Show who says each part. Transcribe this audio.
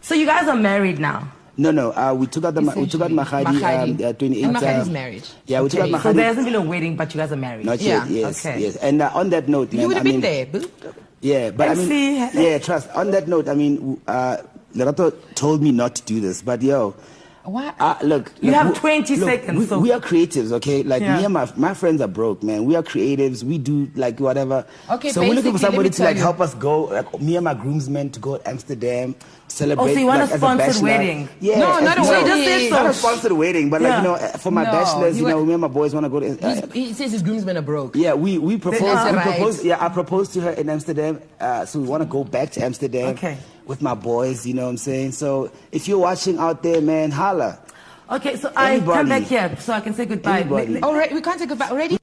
Speaker 1: So you guys are married now.
Speaker 2: No, no. Uh, we took out the ma- we took out
Speaker 3: Essentially,
Speaker 2: Mahadi,
Speaker 3: Mahadi.
Speaker 2: Um, uh, 28.
Speaker 3: And Mahadi's
Speaker 2: uh,
Speaker 3: married.
Speaker 2: Yeah, we took out
Speaker 3: Okay.
Speaker 2: Mahadi.
Speaker 1: So there hasn't been a wedding, but you guys are married.
Speaker 2: Not
Speaker 3: Yeah,
Speaker 2: yet. Yes,
Speaker 1: okay.
Speaker 2: yes. And uh, on that note, man,
Speaker 3: You would have
Speaker 2: I mean,
Speaker 3: been there, boo.
Speaker 2: Yeah, but I mean,
Speaker 1: MC.
Speaker 2: yeah, trust. On that note, I mean, w- uh, Lerato told me not to do this, but yo.
Speaker 3: Why-
Speaker 2: Uh, look,
Speaker 1: You
Speaker 2: look,
Speaker 1: have
Speaker 2: w-
Speaker 1: 20
Speaker 2: look,
Speaker 1: seconds,
Speaker 2: We,
Speaker 1: so-
Speaker 2: we are creatives, okay? Like
Speaker 1: Yeah.
Speaker 2: me and my my friends are broke, man. We are creatives. We do like whatever.
Speaker 3: Okay,
Speaker 2: so we're looking for
Speaker 3: basically, let
Speaker 2: somebody
Speaker 3: me
Speaker 2: to like
Speaker 3: tell you.
Speaker 2: help us go. Like me and my groomsmen to go to Amsterdam to celebrate.
Speaker 1: you want a
Speaker 2: like, as
Speaker 1: sponsored
Speaker 2: bachelor.
Speaker 1: wedding?
Speaker 2: Yeah,
Speaker 3: No, not a
Speaker 1: So you just
Speaker 3: wedding.
Speaker 1: said
Speaker 2: Not
Speaker 1: so.
Speaker 2: a sponsored wedding, but like
Speaker 1: Yeah.
Speaker 2: you know, uh, for my
Speaker 3: No,
Speaker 2: bachelors,
Speaker 3: he
Speaker 2: you know,
Speaker 3: wa-
Speaker 2: me and my boys want to go to. uh,
Speaker 3: He's- He says his groomsmen are broke.
Speaker 2: yeah, we we proposed.
Speaker 3: is
Speaker 2: we
Speaker 3: right.
Speaker 2: proposed. Yeah, I proposed to her in Amsterdam. Uh, so we want to go back to Amsterdam.
Speaker 1: Okay.
Speaker 2: With my boys, you know what I'm saying. So if you're watching out there, man, holla.
Speaker 1: Okay, so I come
Speaker 2: Anybody.
Speaker 1: back here so I can say goodbye.
Speaker 2: Anybody.
Speaker 1: Let- let-
Speaker 3: All right, we can't take it back already.